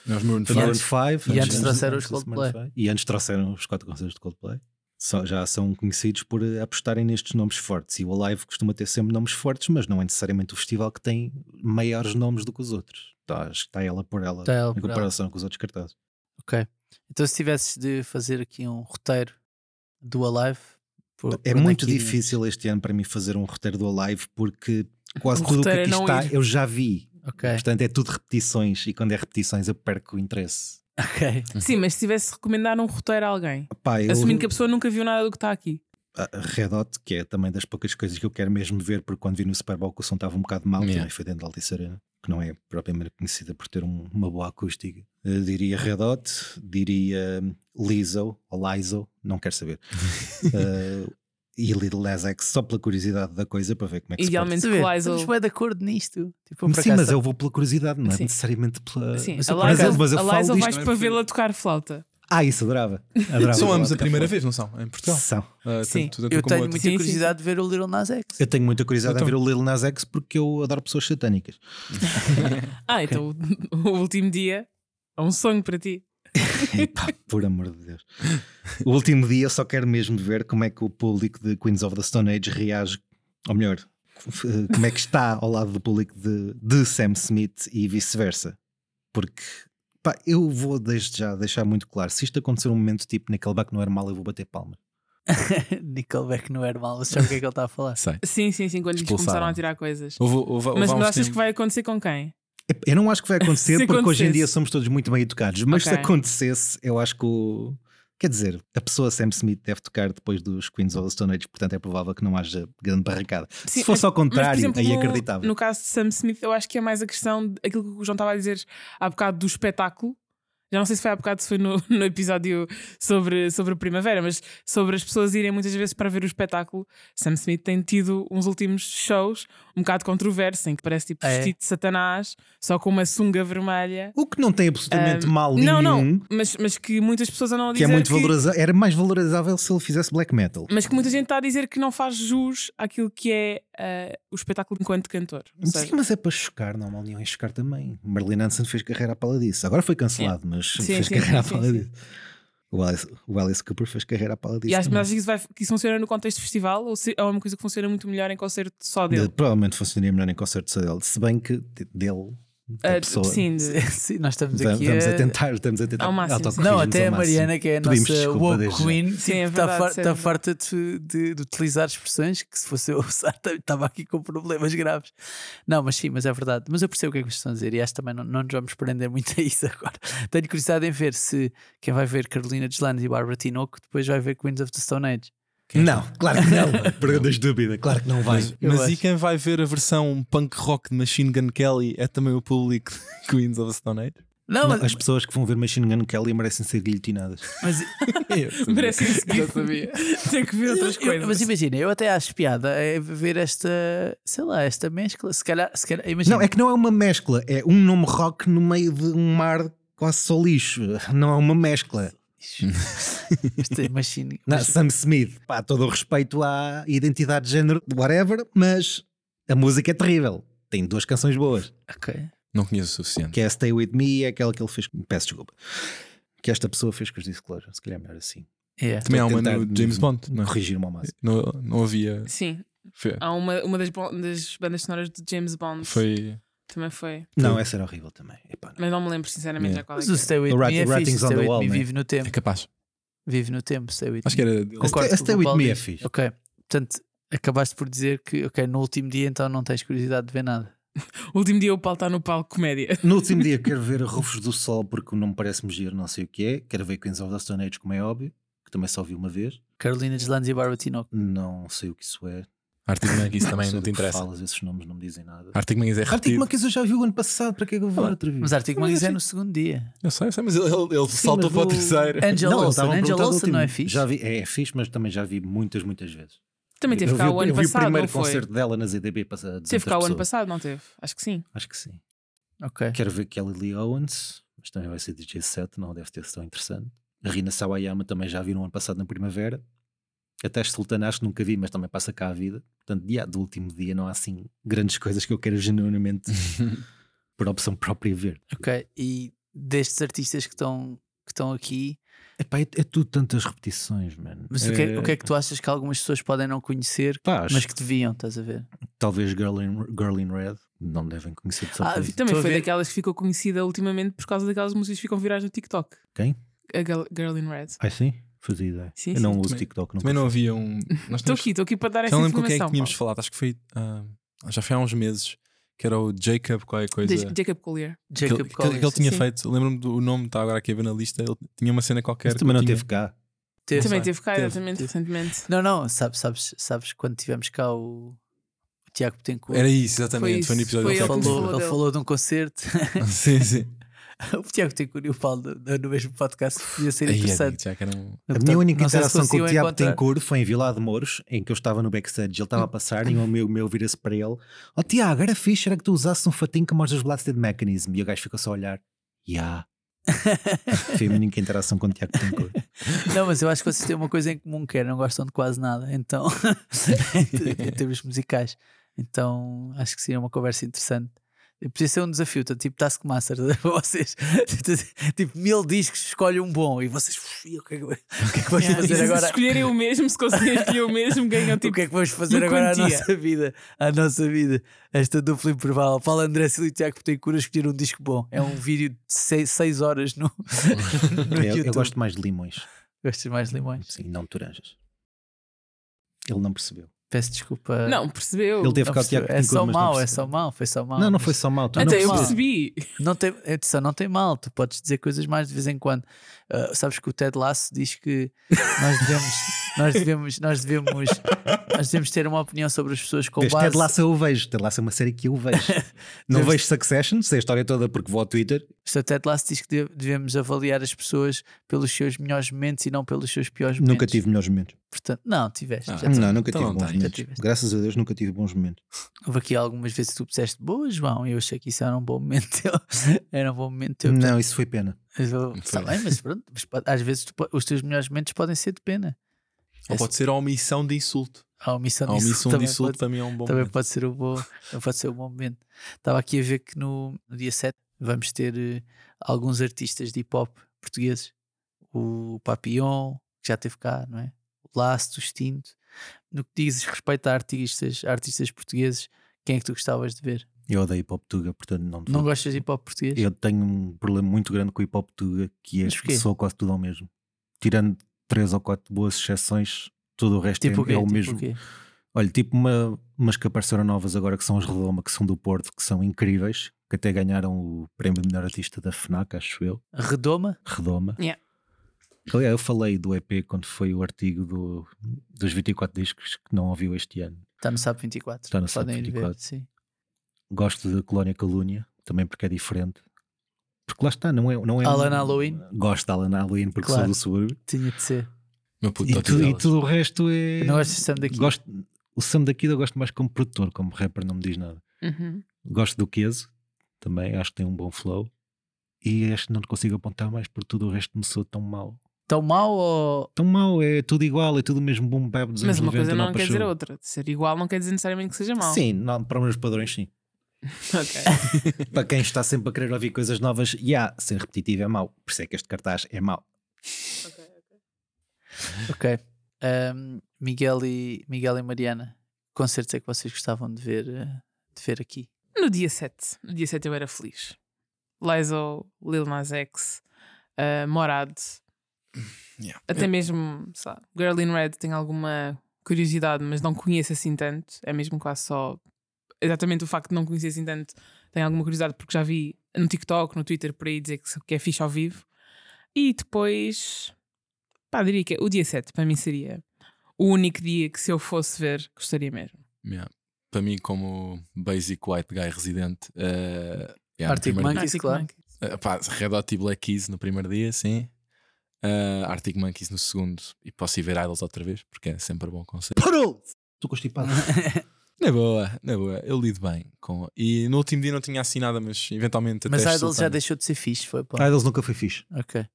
Speaker 4: Nós Maroon
Speaker 2: E
Speaker 5: Maroon
Speaker 2: antes-
Speaker 5: Five,
Speaker 2: e antes trouxeram os Coldplay.
Speaker 5: E antes trouxeram os quatro concertos de Coldplay. Só- já são conhecidos por eh, apostarem nestes nomes fortes. E o Alive costuma ter sempre nomes fortes, mas não é necessariamente o festival que tem maiores nomes do que os outros. Tá, acho que está ela por ela
Speaker 2: Está Tá ela
Speaker 5: em
Speaker 2: por ela.
Speaker 5: comparação com os outros cartazes.
Speaker 2: Ok. Então, se tivesses de fazer aqui um roteiro do Alive, por-
Speaker 5: É
Speaker 2: por onde
Speaker 5: muito
Speaker 2: que irias?
Speaker 5: difícil este ano para mim fazer um roteiro do Alive porque quase
Speaker 3: O
Speaker 5: tudo o que
Speaker 3: roteiro é
Speaker 5: aqui
Speaker 3: não
Speaker 5: está
Speaker 3: ir.
Speaker 5: eu já vi.
Speaker 2: Ok,
Speaker 5: Portanto, é tudo repetições e quando é repetições eu perco o interesse.
Speaker 2: ok.
Speaker 3: Sim, mas se tivesse de recomendar um roteiro a alguém,
Speaker 5: Pá, eu-
Speaker 3: assumindo que a pessoa nunca viu nada do que está aqui.
Speaker 5: a Red Hot, que é também das poucas coisas que eu quero mesmo ver, porque quando vi no Super Bowl que o som estava um bocado mal,
Speaker 4: Yeah.
Speaker 5: também foi dentro da Altice Arena, que não é propriamente conhecida por ter um- uma boa acústica. Eu diria Red Hot, diria hum, Lizzo, ou Lizzo, não quero saber. Eh, e Little Nas X, só pela curiosidade da coisa, para ver como é que se
Speaker 3: Idealmente-
Speaker 5: porta.
Speaker 2: Estás a ver?
Speaker 3: Equalizer.
Speaker 2: Estamos bem de acordo nisto. Tipo, por
Speaker 5: Sim,
Speaker 2: acaso
Speaker 5: mas eu vou pela curiosidade, não é
Speaker 3: Sim.
Speaker 5: necessariamente pela.
Speaker 3: Sim,
Speaker 2: mas
Speaker 3: a
Speaker 2: eu- mas
Speaker 3: Liza,
Speaker 2: eu-
Speaker 5: mas eu
Speaker 3: a
Speaker 5: falo
Speaker 3: Liza
Speaker 5: disto,
Speaker 3: vais
Speaker 4: não é?
Speaker 3: para vê-la tocar flauta.
Speaker 5: Ah, isso adorava. adorava
Speaker 4: São ambos
Speaker 5: Adorava
Speaker 4: a primeira
Speaker 5: tocar
Speaker 4: vez, não são? Em Portugal?
Speaker 5: flauta. São.
Speaker 4: Ah,
Speaker 3: Sim.
Speaker 4: tanto- tanto
Speaker 2: Eu
Speaker 4: como
Speaker 2: tenho
Speaker 4: outro.
Speaker 2: muita
Speaker 3: Sim, sim,
Speaker 2: curiosidade de ver o Little Nas X.
Speaker 5: Eu tenho muita curiosidade
Speaker 4: Eu
Speaker 3: Então.
Speaker 5: em ver o Lil Nas X porque eu adoro pessoas satânicas.
Speaker 3: Ah, então o, o último dia é um sonho para ti.
Speaker 5: Epá, por amor de Deus. O último dia eu só quero mesmo ver como é que o público de Queens of the Stone Age reage, ou melhor, eh, como é que está ao lado do público de, de Sam Smith e vice-versa. Porque pá, eu vou desde já deixar muito claro: se isto acontecer um momento tipo naquele back no normal, eu vou bater palma.
Speaker 2: Nickelback não era mal, mas sabe o que é que ele está a falar?
Speaker 4: Sei.
Speaker 3: Sim, sim, sim, quando lhes começaram
Speaker 4: Expulsaram.
Speaker 3: a tirar coisas.
Speaker 4: Houve, houve, houve
Speaker 3: Mas
Speaker 4: há uns
Speaker 3: não achas
Speaker 4: tempos-
Speaker 3: que vai acontecer com quem?
Speaker 5: Ep- Eu não acho que vai acontecer
Speaker 3: Se
Speaker 5: porque hoje em
Speaker 3: acontecesse.
Speaker 5: dia somos todos muito bem educados, mas se
Speaker 3: Ok.
Speaker 5: acontecesse, eu acho que o. Quer dizer, a pessoa Sam Smith deve tocar depois dos Queens of the Stone Age, portanto é provável que não haja grande barracada.
Speaker 3: Sim, é,
Speaker 5: se fosse ao
Speaker 3: Mas, por
Speaker 5: contrário,
Speaker 3: exemplo,
Speaker 5: aí
Speaker 3: no-
Speaker 5: acreditava.
Speaker 3: No caso de Sam Smith, eu acho que é mais a questão daquilo que o João estava a dizer há bocado do espetáculo. Já não sei se foi há bocado, se foi no, no episódio sobre, sobre a primavera, mas sobre as pessoas irem muitas vezes para ver o espetáculo. Sam Smith tem tido uns últimos shows um bocado controversos, em que parece tipo
Speaker 2: É.
Speaker 3: vestido de Satanás, só com uma sunga vermelha.
Speaker 5: O que não tem absolutamente mal nenhum,
Speaker 3: Ah, Não, não, mas, mas que muitas pessoas andam a
Speaker 5: que
Speaker 3: dizer
Speaker 5: é muito
Speaker 3: que-
Speaker 5: valorizável, era mais valorizável se ele fizesse black metal.
Speaker 3: Mas que muita gente está a dizer que não faz jus àquilo que é ah, o espetáculo enquanto cantor. Ou seja,
Speaker 5: Sim, mas é para chocar, não, mal nenhum é chocar também. Marilyn Manson fez carreira à pala disso. Agora foi cancelado, mas fez
Speaker 3: sim,
Speaker 5: carreira
Speaker 3: sim,
Speaker 5: à pala
Speaker 3: sim,
Speaker 5: disso. O Alice, o Alice Cooper fez carreira à pala disso.
Speaker 3: E acho, mas
Speaker 5: também.
Speaker 3: acho que isso, vai, que isso funciona no contexto de festival ou se- é uma coisa que funciona muito melhor em concerto só
Speaker 5: De-
Speaker 3: dele?
Speaker 5: provavelmente funcionaria melhor em concerto só dele, se bem que de- dele, da
Speaker 3: Ah,
Speaker 5: pessoa.
Speaker 3: sim, de-
Speaker 2: Sim, nós estamos
Speaker 5: Va-
Speaker 2: aqui.
Speaker 5: Vamos
Speaker 2: a-
Speaker 5: a tentar, estamos a tentar.
Speaker 3: Ao máximo, sim.
Speaker 2: Não,
Speaker 5: autocorrigir-nos
Speaker 2: até
Speaker 5: ao
Speaker 2: a
Speaker 5: máximo.
Speaker 2: Mariana, que é a
Speaker 5: Pedimos
Speaker 2: nossa
Speaker 5: desculpa
Speaker 2: woke
Speaker 5: desde já.
Speaker 2: queen,
Speaker 3: Sim, é verdade,
Speaker 2: está
Speaker 3: sim, é verdade.
Speaker 2: farta de, de- de utilizar expressões que, se fosse eu usar, estava aqui com problemas graves. Não, mas sim, mas é verdade. Mas eu percebo o que é que vocês estão a dizer e acho que também não, não nos vamos prender muito a isso agora. Tenho curiosidade em ver se quem vai ver Carolina Deslandes e Bárbara Tinoco depois vai ver Queens of the Stone Age.
Speaker 5: Não, claro que não. Perguntas de dúvida, claro que não vai.
Speaker 4: Mas,
Speaker 2: Eu
Speaker 4: mas
Speaker 2: acho.
Speaker 4: e quem vai ver a versão punk rock de Machine Gun Kelly é também o público de Queens of the Stone Age?
Speaker 2: Não,
Speaker 5: Não,
Speaker 2: mas,
Speaker 5: as pessoas que vão ver Machine Gun Kelly merecem ser guilhotinadas.
Speaker 2: mas-
Speaker 3: Merece isso.
Speaker 4: Já sabia.
Speaker 3: Tem que ver outras
Speaker 2: Eu-
Speaker 3: coisas.
Speaker 2: mas imagina, eu até acho piada é ver esta, sei lá, esta mescla. Se calhar, se calhar imagina.
Speaker 5: Não, é que não é uma mescla, é um nome rock no meio de um mar quase só lixo. Não é uma mescla.
Speaker 2: Este machine.
Speaker 5: Não, Sam Smith, pá, todo o respeito à identidade de género, whatever, mas a música é terrível. Tem duas canções boas.
Speaker 2: Ok.
Speaker 4: Não conheço o suficiente.
Speaker 5: Que é Stay With Me e é aquela que ele fez. Peço desculpa. Que esta pessoa fez com os Disclosure, se calhar é melhor assim.
Speaker 2: Yeah.
Speaker 4: Também há uma
Speaker 5: tentar-
Speaker 4: no James Bond, não é?
Speaker 5: Corrigir-me ao máximo.
Speaker 4: Não, não havia.
Speaker 3: Sim,
Speaker 4: Foi,
Speaker 3: há uma, uma das, bo- das bandas sonoras de James Bond.
Speaker 4: foi-
Speaker 3: Também foi.
Speaker 5: Não, essa era horrível também. Epá, não.
Speaker 3: Mas não me lembro sinceramente
Speaker 4: Yeah.
Speaker 3: já qual
Speaker 2: Mas
Speaker 3: é. que
Speaker 2: o
Speaker 3: é.
Speaker 2: Stay With
Speaker 5: O
Speaker 2: Me
Speaker 5: Writ-
Speaker 2: é fixe.
Speaker 5: Writings on
Speaker 2: Stay
Speaker 5: the
Speaker 2: With
Speaker 5: Wall,
Speaker 2: Me
Speaker 5: né?
Speaker 2: vive no
Speaker 4: é
Speaker 2: tempo.
Speaker 4: capaz.
Speaker 2: Vive no tempo, Stay With
Speaker 4: Acho que
Speaker 2: Me.
Speaker 4: era dele.
Speaker 5: A Stay-
Speaker 2: Concordo
Speaker 5: a
Speaker 2: com o
Speaker 5: Stay With Me é
Speaker 2: Baldi.
Speaker 5: fixe.
Speaker 2: Ok. Portanto, acabaste por dizer que, ok, no último dia então não tens curiosidade de ver nada.
Speaker 3: O último dia o Paulo está no palco comédia.
Speaker 5: No último dia quero ver Rufos do Sol porque o nome parece-me giro, não sei o que é. Quero ver Queens of the Stone Age, como é óbvio, que também só vi uma vez.
Speaker 2: Carolina Deslandes e Bárbara Tinoco.
Speaker 5: Não sei o que isso é.
Speaker 4: Arctic Monkeys também
Speaker 5: sei
Speaker 4: não
Speaker 5: do
Speaker 4: te
Speaker 5: que
Speaker 4: interessa.
Speaker 5: Falas, esses nomes não me dizem nada. Ah,
Speaker 4: Arctic Monkeys é
Speaker 5: Arctic
Speaker 4: repetido.
Speaker 5: Monkeys eu já vi o ano passado, para que é que eu vou ver outra vez?
Speaker 2: Mas Artigo
Speaker 4: Mas
Speaker 2: Monkeys é
Speaker 4: assim-
Speaker 2: no segundo dia.
Speaker 4: Eu sei, eu sei, mas ele, ele- ele
Speaker 2: Sim,
Speaker 4: saltou
Speaker 2: mas
Speaker 4: para o
Speaker 2: o-
Speaker 4: terceiro.
Speaker 2: Angel
Speaker 5: eu
Speaker 2: Olsen,
Speaker 5: estava a
Speaker 2: Angel
Speaker 5: perguntar do
Speaker 2: Olsen não é
Speaker 5: último.
Speaker 2: fixe?
Speaker 5: Já vi, é, é fixe, mas também já vi muitas, muitas vezes.
Speaker 3: Também teve
Speaker 5: eu
Speaker 3: cá
Speaker 5: vi,
Speaker 3: o ano
Speaker 5: eu vi o
Speaker 3: passado,
Speaker 5: primeiro
Speaker 3: não foi?
Speaker 5: concerto dela nas EDB passado.
Speaker 3: Teve cá o ano passado, não teve? Acho que sim.
Speaker 5: Acho que sim.
Speaker 2: Ok.
Speaker 5: Quero ver Kelly Lee Owens, mas também vai ser DJ 7, não deve ter sido tão interessante. A Rina Sawayama também já vi no ano passado na primavera. Até as Sultanás que nunca vi, mas também passa cá a vida. Portanto, yeah, do último dia não há assim grandes coisas que eu quero genuinamente, por opção própria, ver.
Speaker 2: Ok. E destes artistas que estão que estão aqui,
Speaker 5: Epá, é, é tudo tantas repetições, mano.
Speaker 2: mas o, que é, o que
Speaker 5: Eh,
Speaker 2: é que tu achas que algumas pessoas podem não conhecer,
Speaker 5: Pá, acho
Speaker 2: mas que deviam, estás a ver?
Speaker 5: Talvez Girl in, Girl in Red, não devem conhecer de
Speaker 2: Ah,
Speaker 5: certeza.
Speaker 2: vi-
Speaker 3: Também
Speaker 2: Estou a
Speaker 3: foi
Speaker 2: ver-
Speaker 3: daquelas que ficou conhecida ultimamente por causa daquelas músicas que ficam virais no TikTok.
Speaker 5: Quem?
Speaker 3: A Girl, Girl in Red.
Speaker 5: Ah, sim? Fazia ideia.
Speaker 3: Sim,
Speaker 5: eu
Speaker 3: sim.
Speaker 5: não uso
Speaker 4: Também-
Speaker 5: TikTok, nunca
Speaker 4: Também não havia um. nós
Speaker 3: Estou
Speaker 4: tínhamos-
Speaker 3: aqui, estou aqui para dar
Speaker 4: Já
Speaker 3: essa
Speaker 4: não
Speaker 3: informação.
Speaker 4: lembro com quem é que tínhamos
Speaker 3: Paulo.
Speaker 4: falado. Acho que foi. ah, já foi há uns meses. Que era o Jacob, qualquer coisa.
Speaker 3: Diz- Jacob Collier.
Speaker 4: que,
Speaker 2: Jacob
Speaker 4: ele- que, ele-
Speaker 2: Collier.
Speaker 4: que ele tinha
Speaker 3: sim.
Speaker 4: tá feito. Lembro-me do o nome, está agora aqui a ver na lista. Ele tinha uma cena qualquer.
Speaker 5: Mas também
Speaker 4: que
Speaker 5: não
Speaker 4: tinha-
Speaker 5: teve cá.
Speaker 2: Teve,
Speaker 3: Também
Speaker 2: olha,
Speaker 3: teve cá,
Speaker 2: teve,
Speaker 3: exatamente,
Speaker 2: teve.
Speaker 3: recentemente.
Speaker 2: Não, não, sabes, sabes, sabes quando tivemos cá o, o Tiago Betancourt.
Speaker 4: Era isso, exatamente.
Speaker 3: isso,
Speaker 4: Foi, no episódio
Speaker 3: foi
Speaker 2: ele
Speaker 4: do
Speaker 3: que nos
Speaker 2: falou,
Speaker 3: falou
Speaker 2: ele
Speaker 3: dele.
Speaker 2: falou de um concerto.
Speaker 4: Sim, sim.
Speaker 2: o Tiago Betancourt e o Paulo no- no, no mesmo podcast ia ser
Speaker 4: Aí, é
Speaker 2: interessante.
Speaker 4: já que era um...
Speaker 5: A minha única
Speaker 2: não sei se
Speaker 5: interação com o
Speaker 2: conseguiam
Speaker 5: Tiago
Speaker 2: encontrar.
Speaker 5: Tencourt foi em Vila de Mouros, em que eu estava no backstage. Ele estava a passar e um amigo meu vira-se para ele: Oh Tiago, era fixe, era que tu usasses um fatinho como os dos Blasted Mechanism. E o gajo ficou só a olhar: Ya. foi a minha única interação com o Tiago Tencourt.
Speaker 2: Não, mas eu acho que vocês têm uma coisa em comum que é, não gostam de quase nada, então, em termos musicais. Então, acho que seria uma conversa interessante. Podia ser um desafio, tá? tipo Taskmaster, tá? para vocês. tipo, mil discos, escolhe um bom e vocês, "Uf, e o que é que, o que, é que vamos
Speaker 3: Yeah, e
Speaker 2: fazer
Speaker 3: se
Speaker 2: agora?
Speaker 3: escolherem o mesmo, se conseguirem escolher o mesmo, ganham
Speaker 2: o
Speaker 3: tipo.
Speaker 2: que é que vamos fazer
Speaker 3: uma
Speaker 2: agora à
Speaker 3: quantia.
Speaker 2: nossa vida? À nossa vida. Esta dupla improvável. Paulo André Silva e Tiago Petencourt a escolher um disco bom. É um vídeo de 6 horas no, no
Speaker 5: Eu, eu
Speaker 2: YouTube.
Speaker 5: gosto mais de limões,
Speaker 2: Gostas mais de limões?
Speaker 5: sim, não de laranjas. Ele não percebeu.
Speaker 2: Peço desculpa.
Speaker 3: Não, percebeu.
Speaker 5: Ele teve
Speaker 2: Não
Speaker 5: cá o Tiago
Speaker 2: percebo. é só
Speaker 5: Tencourt, mas não
Speaker 2: mal, é
Speaker 5: percebeu.
Speaker 2: só mal, foi só mal.
Speaker 5: Não, não
Speaker 2: mas
Speaker 5: foi só mal. Tu
Speaker 3: Até
Speaker 5: não
Speaker 3: eu
Speaker 5: percebes.
Speaker 3: percebi.
Speaker 2: Não tem, eu disse, não tem mal, tu podes dizer coisas mais de vez em quando. Ah, sabes que o Ted Lasso diz que nós devemos, nós devemos, nós devemos, nós devemos ter uma opinião sobre as pessoas com
Speaker 5: Vês,
Speaker 2: base.
Speaker 5: Ted Lasso eu vejo. Ted Lasso é uma série que eu vejo. não vejo Succession, sei a história toda porque vou ao Twitter.
Speaker 2: Isto, o Ted Lasso diz que deve- devemos avaliar as pessoas pelos seus melhores momentos e não pelos seus piores momentos.
Speaker 5: Nunca tive melhores momentos.
Speaker 2: Portanto, não, tiveste.
Speaker 4: Ah,
Speaker 2: já tive.
Speaker 5: Não, nunca
Speaker 4: Então
Speaker 5: tive
Speaker 4: não
Speaker 5: bons
Speaker 4: tens.
Speaker 5: momentos.
Speaker 2: Já tá tiveste.
Speaker 5: Graças a Deus nunca tive bons momentos.
Speaker 2: Houve aqui algumas vezes que tu disseste boa, João, e eu achei que isso era um bom momento teu. era um bom momento teu.
Speaker 5: Não, isso foi pena.
Speaker 2: Está bem, mas pronto, mas pode- às vezes tu po- os teus melhores momentos podem ser de pena.
Speaker 4: Ou pode ser a omissão de insulto.
Speaker 2: A omissão
Speaker 4: A
Speaker 2: de insulto
Speaker 4: omissão de
Speaker 2: também,
Speaker 4: insulto
Speaker 2: pode,
Speaker 4: também é um bom
Speaker 2: também
Speaker 4: momento.
Speaker 2: pode ser um bom, também pode ser um bom momento. Estava aqui a ver que no, no dia 7 vamos ter eh, alguns artistas de hip hop portugueses. O Papillon, que já esteve cá, não é? O Lasto, o Extinto. No que dizes respeito a artistas, a artistas portugueses, quem é que tu gostavas de ver?
Speaker 5: Eu odeio hip hop tuga, portanto não.
Speaker 2: Não gostas de hip hop português?
Speaker 5: Eu tenho um problema muito grande com hip hop tuga, que é
Speaker 2: Mas porquê?
Speaker 5: que sou quase tudo ao mesmo. Tirando três ou quatro boas exceções, tudo o resto
Speaker 2: Tipo
Speaker 5: é,
Speaker 2: o quê?
Speaker 5: é o
Speaker 2: Tipo
Speaker 5: mesmo.
Speaker 2: o quê?
Speaker 5: Olha, tipo uma, umas que apareceram novas agora, que são os Redoma, que são do Porto, que são incríveis, que até ganharam o prémio de melhor artista da FNAC, acho eu.
Speaker 2: Redoma?
Speaker 5: Redoma.
Speaker 3: Yeah.
Speaker 5: Aliás, eu falei do EP quando foi o artigo do- dos 24 discos que não ouviu este ano.
Speaker 2: Está no SAP 24.
Speaker 5: Está no SAP
Speaker 2: Podem ir ver,
Speaker 5: 24.
Speaker 2: sim.
Speaker 5: Gosto da Colónia Calúnia, também porque é diferente. Porque lá está, não é. Não é
Speaker 2: Alan Halloween?
Speaker 5: Gosto de Alan Halloween porque
Speaker 2: Claro.
Speaker 5: sou do subúrbio.
Speaker 2: Tinha de ser.
Speaker 4: Meu puto,
Speaker 5: E,
Speaker 4: tá
Speaker 5: tu- e
Speaker 4: tudo
Speaker 5: tudo o resto é.
Speaker 2: Eu não gosto de Sam daqui.
Speaker 5: Gosto- o Sam daqui eu gosto mais como produtor, como rapper, não me diz nada.
Speaker 3: Uhum.
Speaker 5: Gosto do Queso também, acho que tem um bom flow. E este não te consigo apontar mais porque tudo o resto começou tão mal.
Speaker 2: Tão mal ou.
Speaker 5: Tão mal, é tudo igual, é tudo o mesmo boom bap dos
Speaker 3: Mas
Speaker 5: anos
Speaker 3: uma
Speaker 5: 90,
Speaker 3: coisa não quer
Speaker 5: passou.
Speaker 3: dizer a outra. Ser igual não quer dizer necessariamente que seja mau.
Speaker 5: Sim, não, para os meus padrões, sim.
Speaker 3: Ok.
Speaker 5: para quem está sempre a querer ouvir coisas novas, já, ser repetitivo é mau. Por isso é que este cartaz é mau.
Speaker 2: Ok. Ahm, Miguel, e, Miguel e Mariana, concertos é que vocês gostavam de ver, eh, de ver aqui?
Speaker 3: No dia 7. No dia 7 eu era feliz. Lizzo, Lil Nas X, eh, Morado.
Speaker 4: Yeah.
Speaker 3: Até mesmo, sei lá, Girl in Red tenho alguma curiosidade, mas não conheço assim tanto. É mesmo quase só. Exatamente o facto de não conhecer assim tanto. Tenho alguma curiosidade porque já vi no TikTok, no Twitter, por aí dizer que, que é fixe ao vivo. E depois. Pá, diria que é- o dia 7 para mim seria o único dia que se eu fosse ver, gostaria mesmo.
Speaker 4: Yeah. Para mim, como basic white guy residente, eh, yeah, no
Speaker 2: Arctic
Speaker 4: primeiro
Speaker 2: Monkeys,
Speaker 3: Arctic
Speaker 2: claro.
Speaker 3: Monkeys.
Speaker 4: dia- eh, pá, Red Hot e Black Keys no primeiro dia, sim. Eh, Arctic Monkeys no segundo e posso ir ver Idols outra vez porque é sempre bom conceito.
Speaker 5: Parou! Estou constipado.
Speaker 4: Na boa, na boa, eu lido bem com. E no último dia não tinha assim nada, mas eventualmente
Speaker 2: Mas
Speaker 4: até
Speaker 2: a Idol já
Speaker 4: Sultana.
Speaker 2: deixou de ser fixe, foi pá.
Speaker 5: Idols nunca foi fixe.
Speaker 2: Ok.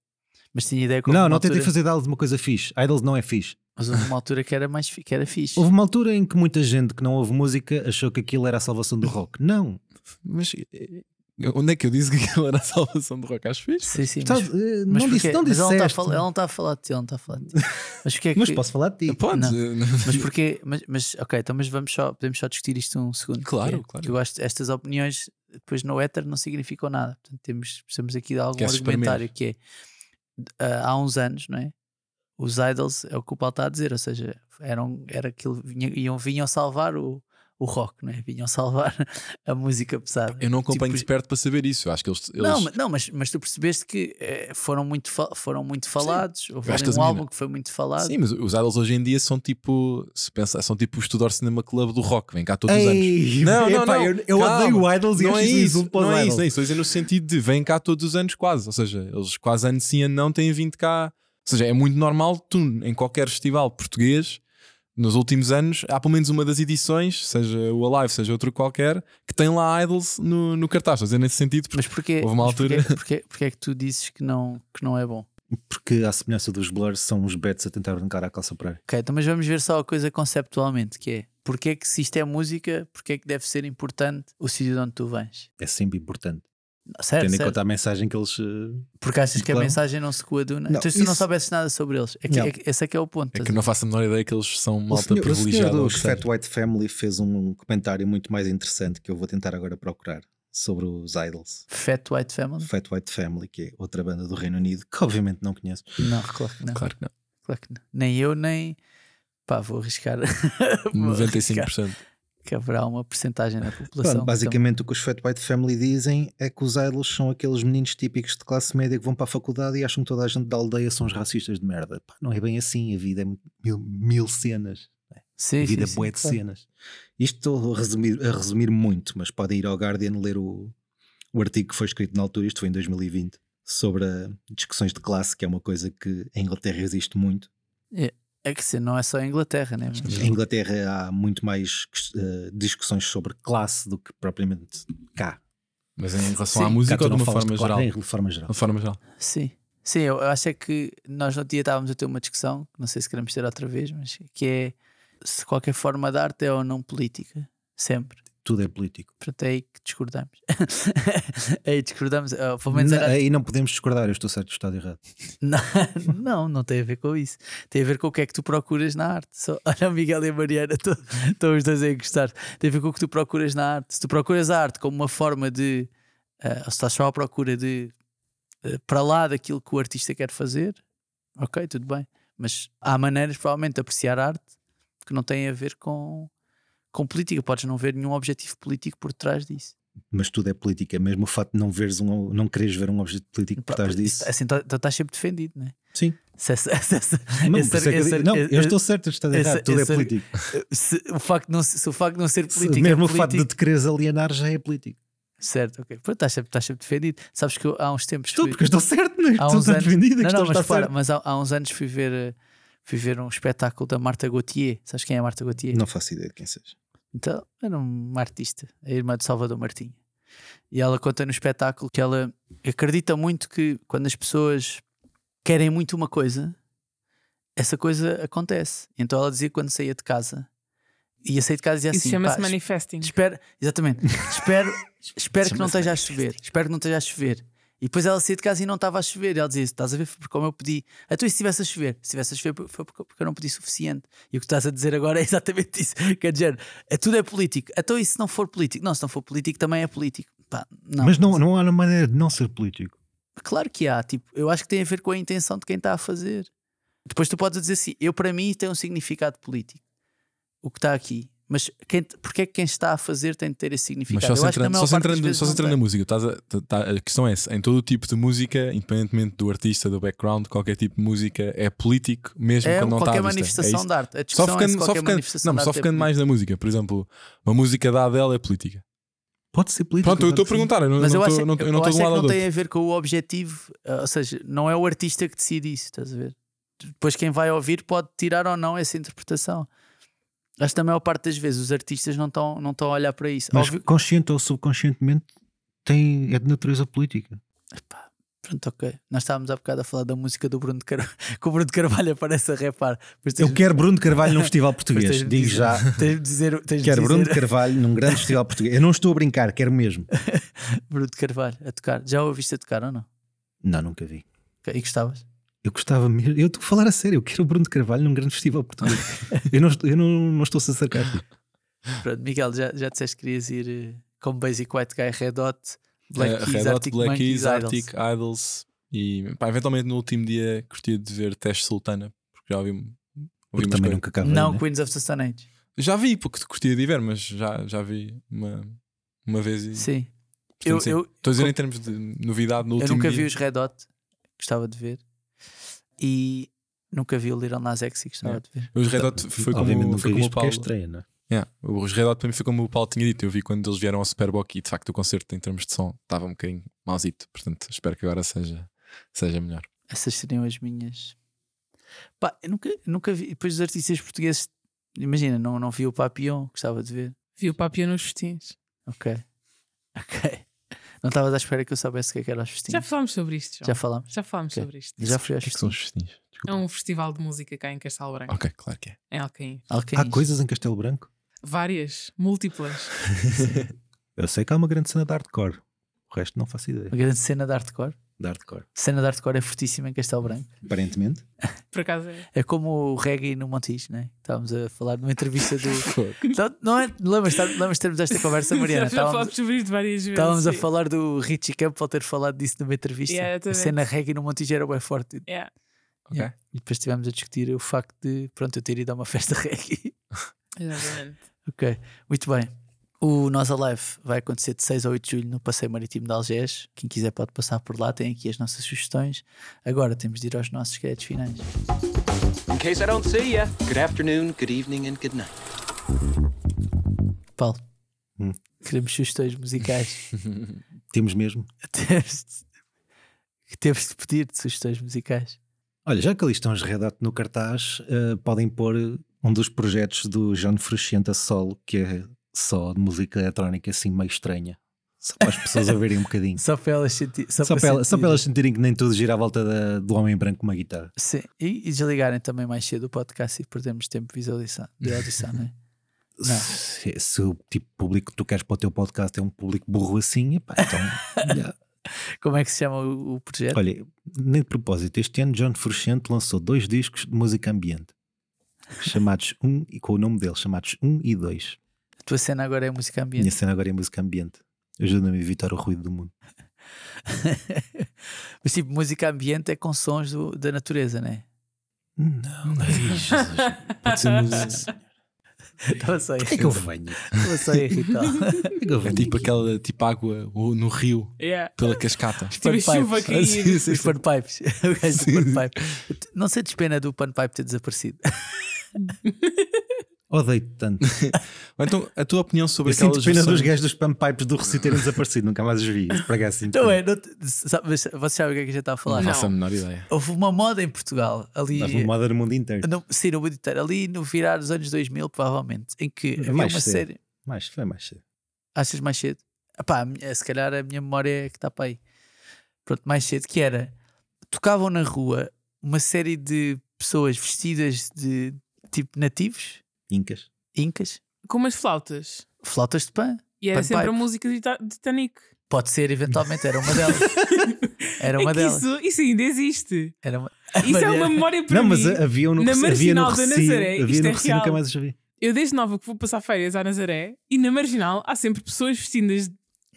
Speaker 2: Mas tinha ideia que houve
Speaker 5: Ah. Não,
Speaker 2: uma
Speaker 5: não tentei
Speaker 2: altura-
Speaker 5: fazer de Idols uma coisa fixe. Idols não é fixe.
Speaker 2: Mas houve uma altura que era mais fi- que era fixe.
Speaker 5: Houve uma altura em que muita gente que não ouve música achou que aquilo era a salvação do rock. Não.
Speaker 4: Mas eh, onde é que eu disse que aquilo era a salvação do rock? Acho fixe.
Speaker 2: Sim, sim. Mas,
Speaker 5: Estás- eh,
Speaker 2: mas
Speaker 5: não disse,
Speaker 2: porquê?
Speaker 5: não
Speaker 2: Mas ela não está a
Speaker 5: disseste.
Speaker 2: falar- ela não está a falar de ti, ela não está a falar de ti. Mas porquê é que.
Speaker 5: Mas posso falar de ti.
Speaker 4: Podes, eh,
Speaker 2: Mas porquê? Mas, mas, ok, então mas vamos só, podemos só discutir isto um segundo.
Speaker 4: Claro,
Speaker 2: porque
Speaker 4: claro.
Speaker 2: Eu acho que estas opiniões depois no éter não significam nada. Portanto, temos, precisamos aqui de algum
Speaker 4: Queres
Speaker 2: argumentário que é ah, há uns anos, não é? Os idols é o que o Paulo está a dizer, ou seja, eram, era aquilo, vinha- iam, vinham salvar o, o rock, não é? Vinham salvar a música pesada.
Speaker 4: Eu não acompanho
Speaker 2: Tipo,
Speaker 4: de perto para saber isso. Eu acho que eles. eles-
Speaker 2: Não, mas- não mas, mas tu percebeste que eh, foram, muito fa- foram muito falados. Houve ali
Speaker 4: Acho que as
Speaker 2: um
Speaker 4: mina-
Speaker 2: álbum que foi muito falado.
Speaker 4: Sim, mas os idols hoje em dia são tipo. Se pensar, são tipo o Estudor Cinema Club do rock. Vem cá todos
Speaker 2: É
Speaker 4: os anos.
Speaker 5: Ei,
Speaker 4: Não, não,
Speaker 5: epá,
Speaker 4: não.
Speaker 5: Eu, eu
Speaker 4: Calma.
Speaker 5: odeio o Idols e
Speaker 4: Não
Speaker 5: eu
Speaker 4: é
Speaker 5: fiz um
Speaker 4: isso,
Speaker 5: insulto para os
Speaker 4: não é
Speaker 5: Idols.
Speaker 4: isso, não é isso. Estou a dizer no sentido de vêm cá todos os anos quase. Ou seja, eles quase ano sim, ano não têm vindo cá. Ou seja, é muito normal tu, em qualquer festival português, nos últimos anos, há pelo menos uma das edições, seja o Alive, seja outro qualquer, que tem lá Idols no, no cartaz. Estou a dizer nesse sentido, porque
Speaker 2: Mas porquê,
Speaker 4: Houve uma
Speaker 2: mas porquê-
Speaker 4: altura-
Speaker 2: porquê- porquê é que tu dizes que não, que não é bom?
Speaker 5: Porque, à semelhança dos Blurs, são os Bets a tentar arrancar a calça para
Speaker 2: Ok, então mas vamos ver só a coisa conceptualmente, que é porque é que se isto é música, porque é que deve ser importante o sítio de onde tu vens?
Speaker 5: É sempre importante.
Speaker 2: Certo,
Speaker 5: Tendo em
Speaker 2: É, certo.
Speaker 5: conta a mensagem que eles. eh,
Speaker 2: Porque achas que a
Speaker 5: Claro.
Speaker 2: mensagem não se coaduna?
Speaker 5: Não,
Speaker 2: então se tu
Speaker 5: isso-
Speaker 2: não soubesses nada sobre eles, é que,
Speaker 5: Não.
Speaker 2: é que- esse é que é o ponto.
Speaker 4: é
Speaker 2: estás
Speaker 4: que
Speaker 2: a
Speaker 4: eu não faço a menor ideia que eles são
Speaker 5: O
Speaker 4: malta
Speaker 5: senhor, o senhor
Speaker 4: privilegiada. ou o
Speaker 5: do
Speaker 4: que seja.
Speaker 5: Fat White Family fez um comentário muito mais interessante que eu vou tentar agora procurar sobre os Idols.
Speaker 2: ver? Fat White Family?
Speaker 5: Fat White Family, que é outra banda do Reino Unido, que obviamente não conheço.
Speaker 2: Não, claro que não.
Speaker 4: Claro que não.
Speaker 2: Claro que não. Nem eu, nem. Pá, vou arriscar. Vou arriscar
Speaker 4: 95%.
Speaker 2: Que haverá uma porcentagem da
Speaker 5: Pronto,
Speaker 4: então.
Speaker 2: população.
Speaker 5: basicamente o que os Fat White Family dizem é que os idols são aqueles meninos típicos de classe média que vão para a faculdade e acham que toda a gente da aldeia são os racistas de merda. Pá, não é bem assim, a vida é mil, mil cenas,
Speaker 2: Sim,
Speaker 5: a vida
Speaker 2: sim,
Speaker 5: é bué
Speaker 2: sim,
Speaker 5: de
Speaker 2: claro.
Speaker 5: cenas. Isto estou a resumir, a resumir muito, mas podem ir ao Guardian ler o, o artigo que foi escrito na altura, isto foi em 2020, sobre a- discussões de classe, que é uma coisa que em Inglaterra existe muito.
Speaker 2: É que sim, não é só a Inglaterra, né? Mas-
Speaker 5: Em Inglaterra há muito mais eh, discussões sobre classe do que propriamente cá.
Speaker 4: Mas em relação à
Speaker 2: Sim,
Speaker 4: música
Speaker 5: Cá tu
Speaker 4: ou de
Speaker 5: não
Speaker 4: uma
Speaker 5: falas
Speaker 4: forma
Speaker 5: de classe,
Speaker 4: geral?
Speaker 5: Em forma geral.
Speaker 4: De forma geral.
Speaker 2: Sim, sim, eu, eu acho é que nós no outro dia estávamos a ter uma discussão, que não sei se queremos ter outra vez, mas que é se qualquer forma de arte é ou não política, sempre.
Speaker 5: Tudo é político.
Speaker 2: Portanto, é aí que discordamos. aí discordamos, ah, pelo menos
Speaker 5: Na-
Speaker 2: era-
Speaker 5: Aí não podemos discordar, eu estou certo, estou errado.
Speaker 2: Não, não, não tem a ver com isso. Tem a ver com o que é que tu procuras na arte. Só, olha, o Miguel e a Mariana estão- estão os dois a gostar. Tem a ver com o que tu procuras na arte. Se tu procuras a arte como uma forma de. ah, ou se estás só à procura de. ah, para lá daquilo que o artista quer fazer, ok, tudo bem. Mas há maneiras, provavelmente, de apreciar arte que não têm a ver com. Com política, podes não ver nenhum objetivo político por trás disso.
Speaker 5: Mas tudo é política, mesmo o facto de não, veres um, não quereres ver um objeto político por trás
Speaker 2: Isso-
Speaker 5: disso.
Speaker 2: Assim, tá- então estás sempre defendido, não é?
Speaker 5: Sim.
Speaker 2: Se essa- se essa-
Speaker 5: Não,
Speaker 2: esse-
Speaker 5: por isso é que eu
Speaker 2: esse-
Speaker 5: digo- não,
Speaker 2: esse-
Speaker 5: eu estou certo, estou
Speaker 2: esse-
Speaker 5: errado, tudo é
Speaker 2: esse-
Speaker 5: político.
Speaker 2: se o facto de não, se se o facto de não ser
Speaker 5: Se-
Speaker 2: político
Speaker 5: mesmo
Speaker 2: é
Speaker 5: o facto de
Speaker 2: político,
Speaker 5: te quereres alienar já é político.
Speaker 2: certo, ok. Pronto, estás sempre, estás sempre defendido. Sabes que eu, há uns tempos
Speaker 5: Estou,
Speaker 2: fui-
Speaker 5: porque eu estou certo, não é?
Speaker 2: Há
Speaker 5: Estou
Speaker 2: uns
Speaker 5: certo
Speaker 2: anos-
Speaker 5: defendido, é
Speaker 2: não,
Speaker 5: que
Speaker 2: não,
Speaker 5: estou
Speaker 2: mas,
Speaker 5: está
Speaker 2: repara,
Speaker 5: certo.
Speaker 2: mas há, há uns anos fui ver, eh, fui ver um espetáculo da Marta Gauthier. Sabes quem é a Marta Gauthier?
Speaker 5: Não faço ideia de quem seja.
Speaker 2: Então, era uma artista, a irmã de Salvador Martinha. E ela conta no espetáculo que ela acredita muito que quando as pessoas querem muito uma coisa, essa coisa acontece. Então ela dizia que quando saía de casa, ia sair de casa e dizia
Speaker 3: Isso
Speaker 2: assim:
Speaker 3: chama-se
Speaker 2: "Pá,
Speaker 3: manifesting.
Speaker 2: Espero, exatamente. Espero, espero que não esteja a chover. Espero que não esteja a chover. E depois ela saía de casa e não estava a chover. E ela dizia: Estás a ver? Foi porque como eu pedi. Ah, tu, e se estivesse a chover? Se estivesse a chover, foi porque porque eu não pedi suficiente. E o que estás a dizer agora é exatamente isso. Quer dizer, é, tudo é político. Então, e se não for político? Não, se não for político, também é político. Pá, não.
Speaker 5: Mas é- não, não há uma maneira de não ser político.
Speaker 2: Claro que há, tipo, eu acho que tem a ver com a intenção de quem está a fazer. Depois tu podes dizer assim, eu para mim tem um significado político, o que está aqui. Mas quem, porque é que quem está a fazer tem de ter esse
Speaker 4: Mas
Speaker 2: significado?
Speaker 4: só se
Speaker 2: eu acho que na
Speaker 4: entrando,
Speaker 2: maior
Speaker 4: só se
Speaker 2: parte das
Speaker 4: entrando,
Speaker 2: vezes
Speaker 4: só se
Speaker 2: não
Speaker 4: entrando na
Speaker 2: tem.
Speaker 4: música, estás a, tá- tá- a questão é essa: em todo o tipo de música, independentemente do artista, do background, qualquer tipo de música é político, mesmo
Speaker 2: É
Speaker 4: quando não está
Speaker 2: qualquer
Speaker 4: à vista. É
Speaker 2: manifestação
Speaker 4: isso.
Speaker 2: de arte. A
Speaker 4: Só
Speaker 2: discussão é
Speaker 4: ficando,
Speaker 2: se
Speaker 4: só
Speaker 2: qualquer
Speaker 4: ficando-
Speaker 2: manifestação
Speaker 4: não,
Speaker 2: de
Speaker 4: mas só
Speaker 2: arte é
Speaker 4: ficando mais na música, por exemplo, uma música da Adele é política.
Speaker 5: Pode ser político.
Speaker 4: Pronto, eu estou a
Speaker 5: claro que sim.
Speaker 4: perguntar, eu não
Speaker 2: Mas eu
Speaker 4: estou
Speaker 2: acho,
Speaker 4: eu não-
Speaker 2: eu
Speaker 4: eu não estou
Speaker 2: acho
Speaker 4: de um
Speaker 2: é
Speaker 4: lado
Speaker 2: que
Speaker 4: ao
Speaker 2: não
Speaker 4: outro.
Speaker 2: tem a ver com o objetivo, ou seja, não é o artista que decide isso, estás a ver? Depois quem vai ouvir pode tirar ou não essa interpretação. Acho que na maior parte das vezes os artistas não estão não estão a olhar para isso.
Speaker 5: Mas
Speaker 2: Óbvio-
Speaker 5: consciente ou subconscientemente tem, é de natureza política.
Speaker 2: Epá, pronto, ok. Nós estávamos há bocado a falar da música do Bruno de Carvalho, que o Bruno de Carvalho aparece a repar. Mas tens-
Speaker 5: Eu quero Bruno de Carvalho num festival
Speaker 2: mas
Speaker 5: português,
Speaker 2: tens-
Speaker 5: digo já.
Speaker 2: Tens de dizer, tens de
Speaker 5: Quero Bruno de
Speaker 2: dizer
Speaker 5: Carvalho num grande festival português. Eu não estou a brincar, quero mesmo.
Speaker 2: Bruno de Carvalho a tocar. Já o ouviste a tocar ou não?
Speaker 5: Não, nunca vi.
Speaker 2: Ok, E gostavas?
Speaker 5: Eu gostava mesmo. Eu estou a falar a sério, eu quero Bruno de Carvalho num grande festival português. eu não, estou- eu não, não estou a ser sarcástico.
Speaker 2: Pronto, Miguel, já, já disseste que querias ir eh, como Basic White Guy, Red Hot, Black
Speaker 4: Black
Speaker 2: Keys,
Speaker 4: Eh, Red Hot,
Speaker 2: Arctic
Speaker 4: Black
Speaker 2: Monkeys,
Speaker 4: Keys, Arctic
Speaker 2: Idols.
Speaker 4: Idols e pá, eventualmente no último dia curtia de ver Teste Sultana, porque já ouvi, ouvi umas
Speaker 5: Porque também
Speaker 4: coisas.
Speaker 5: nunca acaba.
Speaker 2: Não,
Speaker 5: né?
Speaker 2: Queens of the Stone Age.
Speaker 4: Já vi, porque te curtia de ir ver, mas já, já vi uma, uma vez e.
Speaker 2: Sim.
Speaker 4: portanto,
Speaker 2: Eu-
Speaker 4: sim.
Speaker 2: eu-
Speaker 4: Estou a dizer em termos de novidade no
Speaker 2: Eu
Speaker 4: último
Speaker 2: nunca vi
Speaker 4: dia.
Speaker 2: os Red Hot, gostava de ver. E nunca vi o Little Nas X e gostava
Speaker 4: É.
Speaker 2: de ver.
Speaker 4: Os Red Hot foi
Speaker 5: Obviamente
Speaker 4: como,
Speaker 5: nunca
Speaker 4: foi como
Speaker 5: viste
Speaker 4: o
Speaker 5: porque é
Speaker 4: Paulo.
Speaker 5: estreia, não é?
Speaker 4: Yeah. Os Red Hot para mim foi como o Paulo tinha dito. Eu vi quando eles vieram ao Superbock e de facto o concerto em termos de som estava um bocadinho mauzito. Portanto, espero que agora seja, seja melhor.
Speaker 2: Essas seriam as minhas. Pá, eu nunca, nunca vi. Depois dos artistas portugueses, imagina, não, não vi o Papillon, gostava de ver.
Speaker 3: Vi o Papillon nos festins.
Speaker 2: Ok. Ok. Não estavas à espera que eu soubesse o que é que era os
Speaker 3: Já
Speaker 2: festinhos.
Speaker 3: falámos sobre isto,
Speaker 2: Já
Speaker 3: João.
Speaker 2: falámos?
Speaker 3: Já falámos
Speaker 2: Ok.
Speaker 3: sobre isto.
Speaker 2: Já fui
Speaker 4: O
Speaker 2: aos
Speaker 4: que é que são
Speaker 2: festinhos.
Speaker 4: os festinhos?
Speaker 3: É um festival de música cá em Castelo Branco,
Speaker 4: Ok, claro que é.
Speaker 3: em Alcaim.
Speaker 2: Alcains.
Speaker 5: Há coisas em Castelo Branco?
Speaker 3: Várias, múltiplas.
Speaker 5: Eu sei que há uma grande cena de hardcore. O resto não faço ideia.
Speaker 2: Uma grande cena de hardcore.
Speaker 5: De hardcore.
Speaker 2: Cena de hardcore é fortíssima em Castelo Branco.
Speaker 5: Aparentemente.
Speaker 3: Por acaso é.
Speaker 2: É como o reggae no Montijo, né? Estávamos a falar numa entrevista do. não, não é? Lembras, lembras de termos esta conversa, Mariana?
Speaker 3: Já- Já
Speaker 2: Estávamos,
Speaker 3: falámos sobre isto várias vezes.
Speaker 2: Estávamos a
Speaker 3: sim.
Speaker 2: falar do Richie Campbell ter falado disso numa entrevista.
Speaker 3: Yeah,
Speaker 2: a
Speaker 3: exatamente.
Speaker 2: cena reggae no Montijo era bem forte.
Speaker 3: Yeah.
Speaker 4: Ok.
Speaker 2: Yeah. E depois estivemos a discutir o facto de, pronto, eu ter ido a uma festa reggae.
Speaker 3: Exatamente.
Speaker 2: ok, muito bem. O Nós Alive vai acontecer de 6 a 8 de julho no Passeio Marítimo de Algés. Quem quiser pode passar por lá, tem aqui as nossas sugestões. Agora temos de ir aos nossos créditos finais.
Speaker 1: In case I don't see ya, good afternoon, good evening, and good night.
Speaker 2: Paulo,
Speaker 5: Hum.
Speaker 2: queremos sugestões musicais.
Speaker 5: Temos mesmo.
Speaker 2: Temos de- Temos de pedir de sugestões musicais.
Speaker 5: Olha, já que ali estão os Red Hot no cartaz, eh, podem pôr um dos projetos do John Frusciante a solo, que é só de música eletrónica assim meio estranha. Só para as pessoas ouvirem um bocadinho.
Speaker 2: Só para elas sentirem.
Speaker 5: Só para, ela- só para elas sentirem que nem tudo gira à volta da- do homem branco com uma guitarra.
Speaker 2: Sim, e, e desligarem também mais cedo o podcast e perdermos tempo de visualização, de audição, não é? Não.
Speaker 5: Se, se o tipo de público que tu queres para o teu podcast é um público burro assim, epá, então. já.
Speaker 2: Como é que se chama o, o projeto?
Speaker 5: Olha, nem de propósito, este ano John Frusciante lançou dois discos de música ambiente, chamados um e com o nome dele, chamados 1 um e 2.
Speaker 2: A tua cena agora é música ambiente.
Speaker 5: Minha cena agora é música ambiente. Ajuda-me a evitar o ruído do mundo.
Speaker 2: Mas tipo, música ambiente é com sons do- da natureza, não é?
Speaker 5: Não, não é isso. Pode ser música.
Speaker 2: Estava só a
Speaker 5: Porquê que eu venho?
Speaker 2: estava só a
Speaker 5: é
Speaker 2: irritar.
Speaker 5: Porquê que eu
Speaker 4: É
Speaker 5: venho?
Speaker 4: tipo aquela tipo água o- no rio
Speaker 3: Yeah.
Speaker 4: pela cascata.
Speaker 2: Pan
Speaker 3: Tive chuva
Speaker 2: pipes.
Speaker 3: cair.
Speaker 4: Sim,
Speaker 2: Tipo, Os
Speaker 4: sim, sim.
Speaker 2: panpipes. O gajo do panpipe. Não sei despena do panpipe ter desaparecido.
Speaker 5: Odeio tanto.
Speaker 4: Ou Então, a tua opinião sobre
Speaker 5: Eu sinto
Speaker 4: aquelas
Speaker 5: pena dos
Speaker 4: versões-
Speaker 5: gajos dos Pump Pipes do Recife terem desaparecido. Nunca mais os vi. Para cá assim.
Speaker 2: Então é, não te- sabe, mas vocês sabem o que é que a gente está a falar?
Speaker 4: Não faço a
Speaker 3: Não.
Speaker 4: menor ideia.
Speaker 2: Houve uma moda em Portugal ali.
Speaker 5: Dava moda um no mundo inteiro.
Speaker 2: No, sim, no mundo inteiro, ali no virar dos anos 2000, provavelmente, em que
Speaker 3: É
Speaker 2: havia
Speaker 5: Mais
Speaker 2: uma
Speaker 5: cedo.
Speaker 2: série.
Speaker 5: Mas foi mais cedo.
Speaker 2: Achas mais cedo? Epá, a mi- se calhar a minha memória é que está para aí. Pronto, mais cedo, que era tocavam na rua uma série de pessoas vestidas de tipo nativos,
Speaker 5: Incas.
Speaker 2: incas,
Speaker 3: Com umas flautas.
Speaker 2: flautas de pan.
Speaker 3: E era
Speaker 2: Pan
Speaker 3: sempre a
Speaker 2: pipe.
Speaker 3: música de Ita- de Titanic.
Speaker 2: Pode ser, eventualmente, era uma delas. Era uma
Speaker 3: é que
Speaker 2: delas.
Speaker 3: isso, isso ainda existe.
Speaker 2: Era uma-
Speaker 3: Isso é
Speaker 2: Maria-
Speaker 3: uma memória para
Speaker 5: Não,
Speaker 3: mim.
Speaker 5: mas
Speaker 2: é-
Speaker 5: havia um no
Speaker 3: na
Speaker 5: Recife. Havia no
Speaker 3: Marginal da
Speaker 5: Recife.
Speaker 3: Nazaré,
Speaker 5: Havia
Speaker 3: isto
Speaker 5: no
Speaker 3: é
Speaker 5: Recife. Nunca
Speaker 3: real.
Speaker 5: mais os vi.
Speaker 3: Eu desde nova que vou passar férias à Nazaré e na Marginal há sempre pessoas vestidas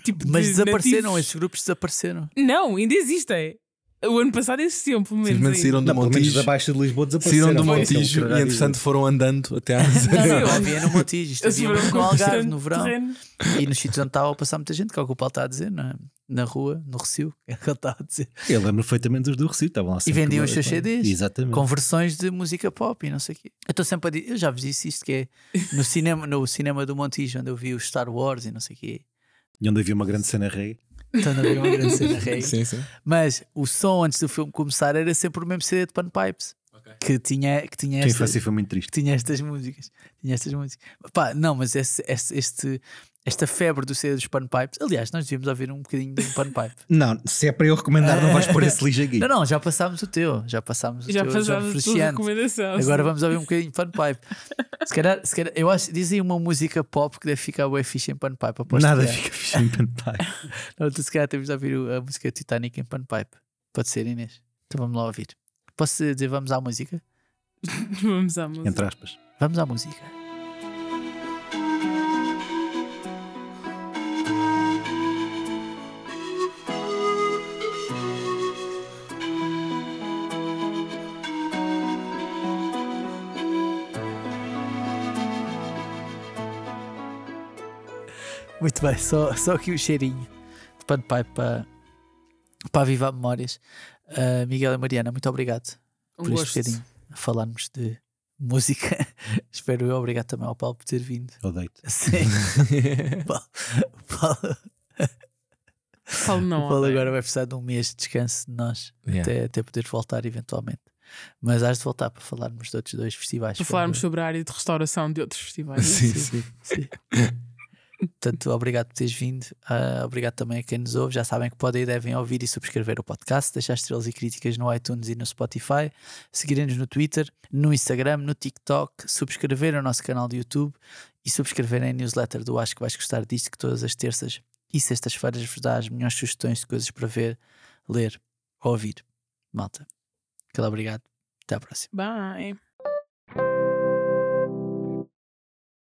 Speaker 3: tipo de
Speaker 2: Mas desapareceram, é
Speaker 3: nativos.
Speaker 2: esses grupos desapareceram.
Speaker 3: Não, ainda existem. O ano passado existiam, pelo menos.
Speaker 4: Simplesmente
Speaker 3: ainda.
Speaker 4: saíram do
Speaker 5: Não, pelo menos
Speaker 4: Montijo,
Speaker 5: da Baixa de Lisboa
Speaker 4: saíram
Speaker 5: desapareceram.
Speaker 4: do
Speaker 5: Foi,
Speaker 4: Montijo
Speaker 5: então,
Speaker 4: e, entretanto, foram andando até à
Speaker 3: Não,
Speaker 2: Não,
Speaker 3: eu-
Speaker 2: não havia no Montijo, isto
Speaker 3: Eles
Speaker 2: havia
Speaker 3: foram
Speaker 2: muito no Algarve,
Speaker 3: conquistando
Speaker 2: no verão.
Speaker 3: terreno.
Speaker 2: E nos sítios onde estava a passar muita gente, que é o que o Paulo está a dizer, na, na rua, no Recio, que é o que ele está a dizer.
Speaker 5: Eu lembro perfeitamente dos do Recife. Estavam lá sempre
Speaker 2: vendiam
Speaker 5: com-
Speaker 2: os seus CDs.
Speaker 5: Exatamente.
Speaker 2: com versões de música pop e não sei o quê. Eu estou sempre a dizer, eu já vos disse isto que é no cinema, no cinema do Montijo, onde eu vi os Star Wars e não sei o quê.
Speaker 5: E onde havia uma grande cena rei.
Speaker 2: Estão a ver uma grande cena rei.
Speaker 4: Sim, sim.
Speaker 2: Mas o som antes do filme começar era sempre o mesmo CD de Panpipes. Que tinha, que tinha
Speaker 5: A tua
Speaker 2: esta-
Speaker 5: infância foi muito triste.
Speaker 2: que tinha estas músicas. Tinha estas músicas. Pá, não, mas esse- esse- este, esta febre do CD dos Panpipes. Aliás, nós devíamos ouvir um bocadinho de um Panpipe.
Speaker 5: Não, se é para eu recomendar, não vais pôr esse lixo aqui.
Speaker 2: Não, não, já passámos o teu. Já passámos o
Speaker 3: Já
Speaker 2: teu. Jorge
Speaker 3: passaram a tua
Speaker 2: Feliciano.
Speaker 3: recomendação.
Speaker 2: Agora vamos ouvir um bocadinho de Panpipe. Se calhar, se calhar, eu acho, dizem uma música pop que deve ficar bem fixe em Panpipe. aposto
Speaker 5: Nada
Speaker 2: que é.
Speaker 5: fica fixe em pantai.
Speaker 2: Não, então se calhar temos de ouvir o- a música Titanic em Panpipe. Pode ser, Inês? Então vamos lá ouvir. Posso dizer vamos à música?
Speaker 3: Vamos à música.
Speaker 5: Entre aspas.
Speaker 2: Vamos à música. Muito bem, só, só aqui o cheirinho de panpipe para, para avivar memórias. Ah, Miguel e Mariana, muito obrigado
Speaker 3: Um
Speaker 2: por este
Speaker 3: gosto.
Speaker 2: bocadinho a falarmos de música. Espero eu, obrigado também ao Paulo por ter vindo.
Speaker 5: Eu deito.
Speaker 2: Sim, o Paulo, o Paulo,
Speaker 3: Paulo não.
Speaker 2: o Paulo
Speaker 3: odeio.
Speaker 2: agora vai precisar de um mês de descanso de nós
Speaker 4: Yeah.
Speaker 2: até, até poder voltar eventualmente. Mas hás de voltar para falarmos de outros dois festivais.
Speaker 3: Para falarmos sobre a área de restauração de outros festivais.
Speaker 4: Sim,
Speaker 2: sim, sim. Portanto, obrigado por teres vindo. Ah, obrigado também a quem nos ouve. Já sabem que podem e devem ouvir e subscrever o podcast, deixar estrelas e críticas no iTunes e no Spotify, seguirem-nos no Twitter, no Instagram, no TikTok, subscrever o nosso canal de YouTube e subscreverem a newsletter do Acho que vais gostar disto, que todas as terças e sextas-feiras vos dá as melhores sugestões de coisas para ver, ler ou ouvir. Malta, aquele obrigado. Até à próxima.
Speaker 3: Bye.